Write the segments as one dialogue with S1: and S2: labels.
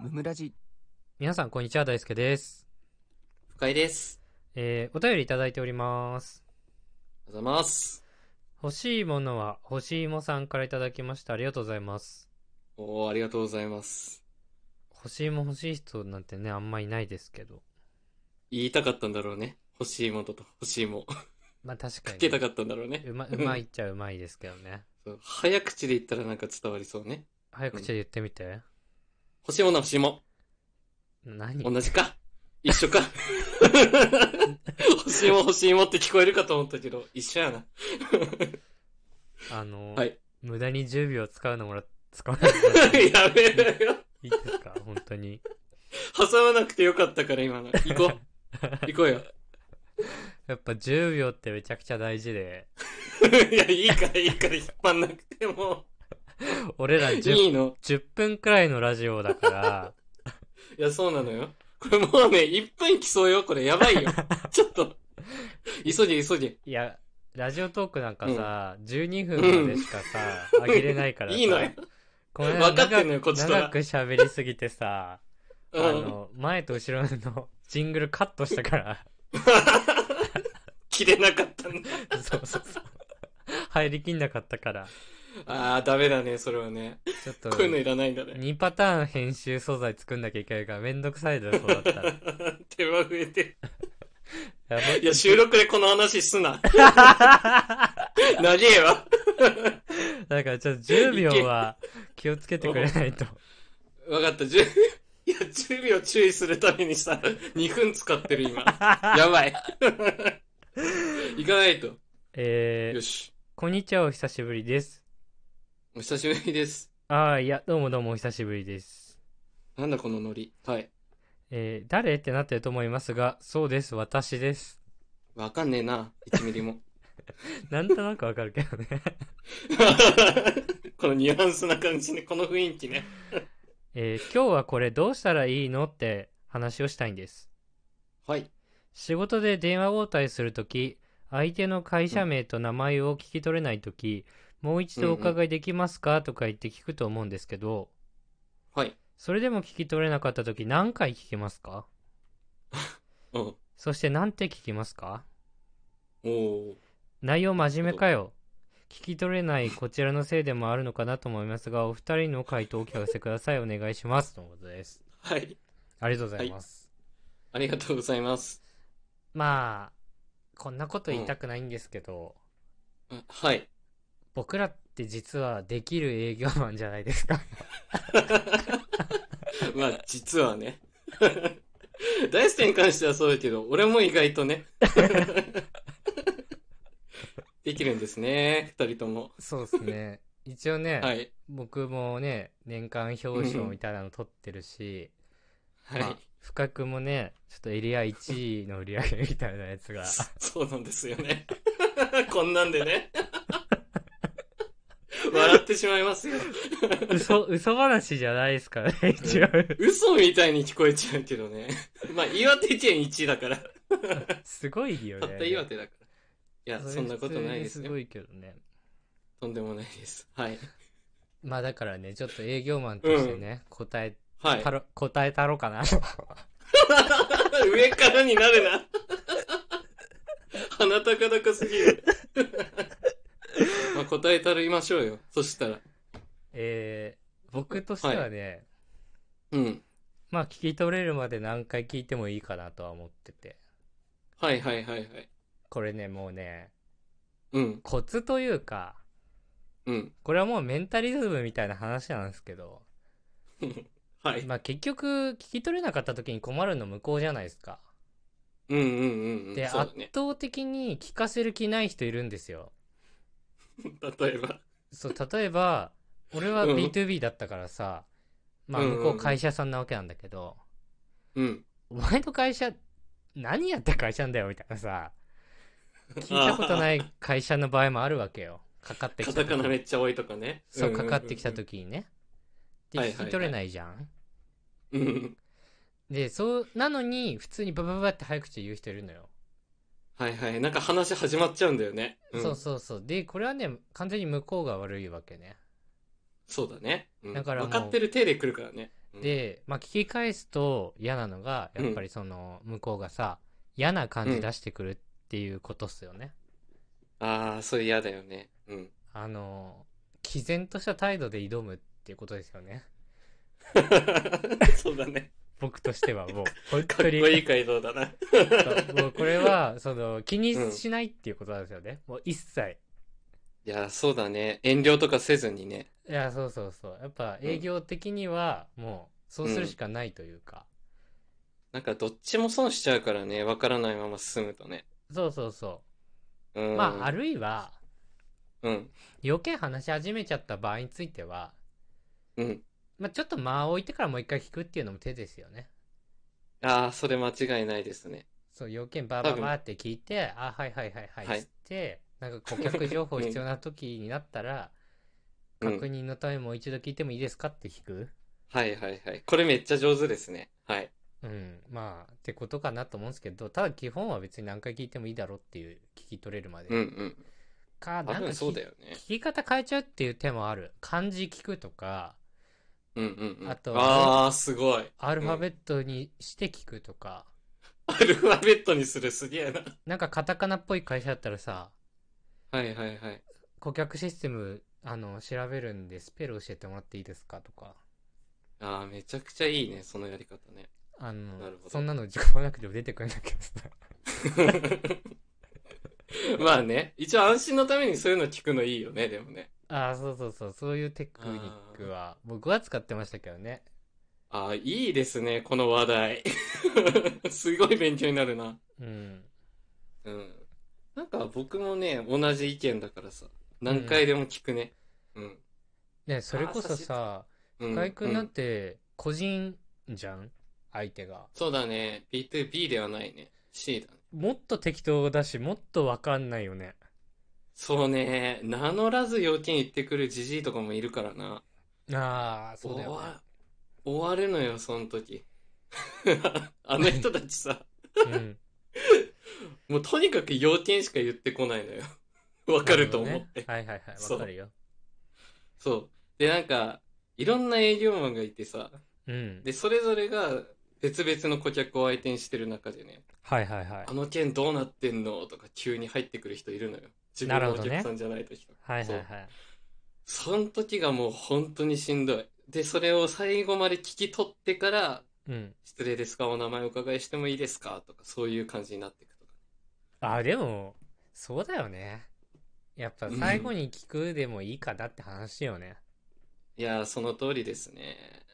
S1: ムムラジ
S2: 皆さんこんにちは大輔です、
S3: 深井です。
S2: えーお便りいただいております
S3: おはようございます。
S2: 欲しいものは欲しいもさんからいただきましたありがとうございます
S3: おー、ありがとうございます。
S2: 欲しいも欲しい人なんてねあんまいないですけど
S3: 言いたかったんだろうね。欲しいものと欲しいも。か
S2: まあ確かにね、
S3: けたかったんだろうね。
S2: うまうまいっちゃうまいですけどね
S3: そう早口で言ったらなんか伝わりそうね。
S2: 早口で言ってみて、
S3: 欲しいもの欲しいも。
S2: 何
S3: 同じか一緒か欲しいも欲しいもって聞こえるかと思ったけど、一緒やな。
S2: あの、
S3: はい
S2: 無駄に10秒使うのもら使わないで
S3: やめろよ。
S2: いいです か本当に
S3: 挟まなくてよかったから今の。行こう。行こうよ。
S2: やっぱ10秒ってめちゃくちゃ大事で
S3: いや、いいからいいから引っ張んなくても。
S2: 俺ら 10,
S3: いいの。
S2: 10分くらいのラジオだから
S3: いや、そうなのよ。これもうね、1分競うよ。これやば いよ。ちょっと。急げ、急げ。
S2: いや、ラジオトークなんかさ、12分までしかさ、 あげれないからさ。
S3: いいのよ。
S2: この間
S3: 分かってんのよ、こっちと
S2: 長
S3: ら
S2: く。喋りすぎてさ、あ
S3: うん。
S2: の、前と後ろのジングルカットした から、
S3: 切れなかったんだ。
S2: そうそうそう。入りきんなかったから、
S3: あー、ダメだね、それはね。
S2: ちょっと、
S3: こういうのいらないんだね。
S2: 2パターン編集素材作んなきゃいけないからめんどくさいだろ、そうだった ら。や
S3: 手間増えてる。
S2: ば
S3: いや、収録でこの話 すな。長えわ。
S2: だからちょっと10秒は気をつけてくれないと。
S3: 分かった、10、いや、10秒注意するためにさ、2分使ってる今。や ばい。行かないと。
S2: え
S3: よ
S2: ー、
S3: し。
S2: こんにちは、お久しぶりです。
S3: お久しぶりです。
S2: ああ、いや、どうもどうもお久しぶりです。
S3: なんだこのノリ。はい。
S2: えー誰ってなってると思いますが、そうです、私です。
S3: わかんねえな、1ミリも。
S2: なんとなくわかるけどね。
S3: このニュアンスな感じね、この雰囲気ね。
S2: えー今日はこれどうしたらいいのって話をしたいんです。
S3: はい。
S2: 仕事で電話応対するとき、相手の会社名と名前を聞き取れないとき、もう一度お伺いできますかとか言って聞くと思うんですけど、
S3: はい。
S2: それでも聞き取れなかったとき何回聞きますか
S3: うん。お
S2: そして何て聞きますか
S3: ー。
S2: 内容真面目かよ。聞き取れないこちらのせいでもあるのかなと思いますが、お二人の回答をお聞かせください。お願いします。とのことです。
S3: はい。
S2: ありがとうございます。
S3: ありがとうございます。
S2: まあ、こんなこと言いたくないんですけど、
S3: あはい。
S2: 僕らって実はできる営業マンじゃないですか。
S3: まあ、実は ね。大輔に関してはそうだけど、俺も意外と ね。できるんですね、二人とも。
S2: そうですね。一応ね、
S3: はい。
S2: 僕もね、年間表彰みたいなの取ってるし、
S3: はい。
S2: まあ深くもね、ちょっとエリア1位の売り上げみたいなや つが。
S3: そうなんですよね。 こんなんでね。笑ってしまいますよ。
S2: 嘘、嘘話じゃないですからね、一 応。
S3: 嘘みたいに聞こえちゃうけどね。 まあ、岩手県1位だから。
S2: すごいよ
S3: た
S2: ね。
S3: った岩手だから。いや、
S2: れ
S3: そんなことないです
S2: 普通にす
S3: よ
S2: ご。いけどね。
S3: とんでもないです。はい。
S2: まあだからね、ちょっと営業マンとしてね、答え
S3: はい
S2: た。ろ、答えたろかな と。
S3: 上からになるな。 鼻高々すぎる。 まあ、答えたらいましょうよ。そしたら。
S2: えー、僕としてはね、
S3: うん。
S2: まあ聞き取れるまで何回聞いてもいいかなとは思ってて。
S3: はいはいはいはい。
S2: これね、もうね、
S3: うん。
S2: コツというか、
S3: うん。
S2: これはもうメンタリズムみたいな話なんですけど、
S3: はい。
S2: まあ結局聞き取れなかった時に困るの向こうじゃないですか。
S3: うんうんうんう
S2: で、
S3: ん。
S2: 圧
S3: そうだね。
S2: 倒的に聞かせる気ない人いるんですよ。
S3: 例えば。
S2: そう、例えば、俺は
S3: うん
S2: B2B だったからさ、まあ
S3: うんうんう
S2: 向
S3: ん
S2: こう会社さんなわけなんだけど、
S3: うん。
S2: お前の会社、何やってる会社なんだよみたいなさ、聞いたことない会社の場合もあるわけよ。かかってき
S3: カ
S2: た
S3: タ
S2: 時
S3: カナめっちゃ多いとかね。
S2: そう、
S3: んん
S2: か
S3: ん
S2: かってきた。時にね。で、
S3: はいはいはい
S2: 聞き取れないじゃん。
S3: うん。
S2: で、そう、なのに、普通にババババって早口で言う人いるのよ。
S3: はいはい。なんか話始まっちゃうんだよね。ん
S2: そうそうそう。で、これはね、完全に向こうが悪いわけね。
S3: そうだね。うん
S2: だからもう
S3: 分かってる手で来るからね。うん、
S2: で、まあ、聞き返すと嫌なのがやっぱりその向こうがさ嫌な感じ出してくるっていうことっすよね。
S3: ああ、それ嫌だよね。 うん。
S2: あの毅然とした態度で挑むっていうことですよね。
S3: そうだね。
S2: 僕としては もう本
S3: か
S2: 当
S3: っこ
S2: に
S3: いい回答だな。
S2: そうもうこれはその気にしないっていうことなんですよね。もう一切。
S3: いや、そうだね。遠慮とかせずにね。
S2: いやそうそうそうやっぱ営業的にはもうそうするしかないというか、
S3: なんかどっちも損しちゃうからね。わからないまま進むとね。
S2: そうそうそうう、
S3: ん。
S2: まああるいは
S3: うん。
S2: 余計話し始めちゃった場合については、
S3: うん。
S2: まあ、ちょっと間を置いてからもう一回聞くっていうのも手ですよね
S3: ああ、それ間違いないですね。
S2: そう要件バー
S3: 多
S2: バー
S3: 分
S2: バーって聞いてあはいはいはいは
S3: はいい
S2: っつって、なんか顧客情報必要な時になったら、
S3: うん
S2: 確認のためもう一度聞いてもいいですかって聞く
S3: はいはいはい。これめっちゃ上手ですね。はい。
S2: うんまあってことかなと思うんですけどただ基本は別に何回聞いてもいいだろうっていう聞き取れるまで、
S3: うんうん。
S2: か
S3: 多
S2: なんか
S3: 分そうだ
S2: よ
S3: よね。
S2: 聞き方変えちゃうっていう手もある漢字聞くとか
S3: うんうんうん。
S2: あと
S3: ああ、すごい。
S2: アルファベットにして聞くとか、
S3: アルファベットにするすげえな。
S2: なんかカタカナっぽい会社だったらさ
S3: はいはいはい。
S2: 顧客システムあの調べるんでスペル教えてもらっていいですかとか
S3: ああ、めちゃくちゃいいね。そのやり方ね。
S2: あの
S3: なるほど
S2: そんなの時間もなくても出てくるんだけどさ
S3: まあね。一応安心のためにそういうの聞くのいいよね、でもね。
S2: ああそうそうそうそういうテクニックは僕は使ってましたけどね
S3: ああ、いいですね、この話題。 すごい勉強になるな。
S2: うん
S3: うん。なんか僕もね、同じ意見だからさ。何回でも聞くね。うん。
S2: ねそれこそさ
S3: うん。
S2: 深井君
S3: うん
S2: なんて個人じゃん相手が
S3: そうだね。B2B ではないね。C だね。
S2: もっと適当だしもっと分かんないよね
S3: そうね。名乗らず要件言ってくるじじいとかもいるからな。
S2: ああそうだよ、ね
S3: 終わ、終わるのよ、その時。 あの人たちさ、
S2: うん、
S3: もうとにかく要件しか言ってこないのよ。 わかると思
S2: な
S3: っ
S2: ほど
S3: て
S2: ね。はいはいはい
S3: そう
S2: わかるよ
S3: そう。で、なんか、いろんな営業マンがいてさ、
S2: うん
S3: で、それぞれが別々の顧客を相手にしてる中でね、
S2: はいはいはい
S3: あの件どうなってんのとか急に入ってくる人いるのよ。自分
S2: なる
S3: の
S2: ほ
S3: お
S2: どね
S3: 客さんじゃない時とか。
S2: はいはい
S3: そ
S2: はいう
S3: その時がもう本当にしんどい。で、それを最後まで聞き取ってから、
S2: うん
S3: 失礼ですかお名前お伺いしてもいいですかとか、そういう感じになっていくとか。
S2: あでもそうだよねやっぱ最後に聞くでもいいかなって話よね、
S3: いやー、その通りですね。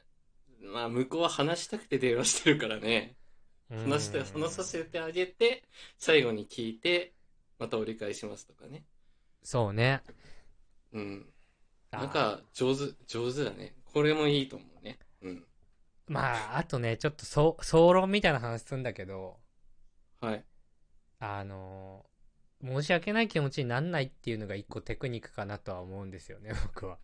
S3: まあ、向こうは話したくて電話してるからね。
S2: うん
S3: 話して、話させてあげて、最後に聞いて、また折り返しますとかね。
S2: そうね
S3: うん。
S2: あ
S3: なんか、上手、上手だね。これもいいと思うね。うん。
S2: まああとねちょっとそう総論みたいな話すんだけど
S3: はい。
S2: あの申し訳ない気持ちになんないっていうのが一個テクニックかなとは思うんですよね 僕は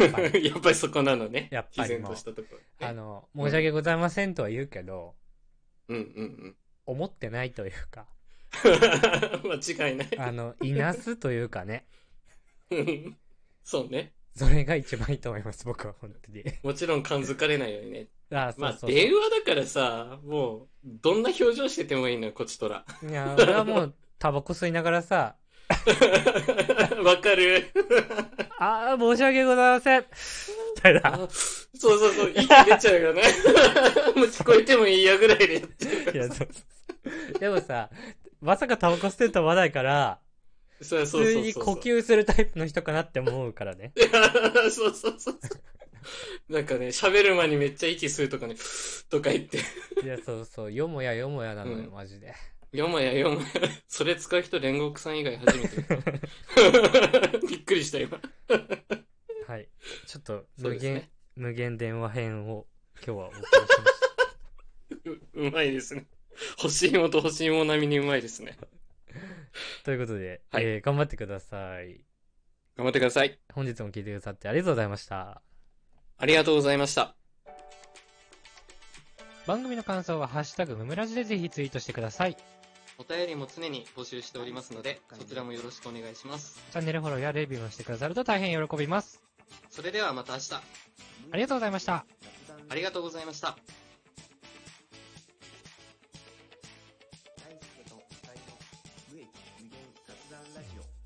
S2: やっぱり
S3: やっぱりそこなのね。
S2: やっぱり
S3: 毅
S2: も
S3: 然
S2: う
S3: としたところ。
S2: あの、申し訳ございませんとは言うけど、
S3: うんうん
S2: 思ってないというか、
S3: うん。 間違いない。
S2: あの、いなすというかね、
S3: うんそうね。
S2: それが一番いいと思います、僕は本当に。
S3: もちろん感づかれないようにね。
S2: あそう
S3: まあ、
S2: そうそう。
S3: 電話だからさ、もう、どんな表情しててもいいのよ、こっちとら。
S2: いや、俺はもう、タバコ吸いながらさ、
S3: わかる
S2: ああ、申し訳ございませんみた いな。
S3: あそうそうそう、息出ちゃうよね。 もう聞こえてもいいやぐらいでやってる
S2: いや、そうそうそうでもさ、まさかタバコ吸ってると思わないから、
S3: そうそう
S2: 普通
S3: そう
S2: に
S3: そう。
S2: 呼吸するタイプの人かなって思うから ね。
S3: 吸。 そうそうそうそう。なんかね、喋る前にめっちゃ息するとかね、とか言って。
S2: いや、そうそう、よもやよもやなのよ、
S3: うん
S2: マジで。
S3: よもやよもや。それ使う人煉獄さん以外初めて見た。 びっくりした今。
S2: はい。ちょっと、
S3: そう
S2: 無
S3: ですね
S2: 限、無限電話編を今日はお送りしました。
S3: う、うまいですね。欲しいもと欲しいも並みにうまいですね。
S2: ということで、
S3: はい
S2: えー頑張ってください。
S3: 頑張ってください。
S2: 本日も聞いてくださってありがとうございました。
S3: ありがとうございました。
S2: 番組の感想は、ハッシュタグムムラジでぜひツイートしてください。チ
S3: お便りも常に募集しておりますので、そちらもよろしくお願いします。
S2: ャンネルフォローやレビューもしてくださると大変喜びます。
S3: それではまた明日。
S1: ありがとうございました。
S3: ありがとうございました。
S1: 大輔と二人の無益無限雑談ラジオ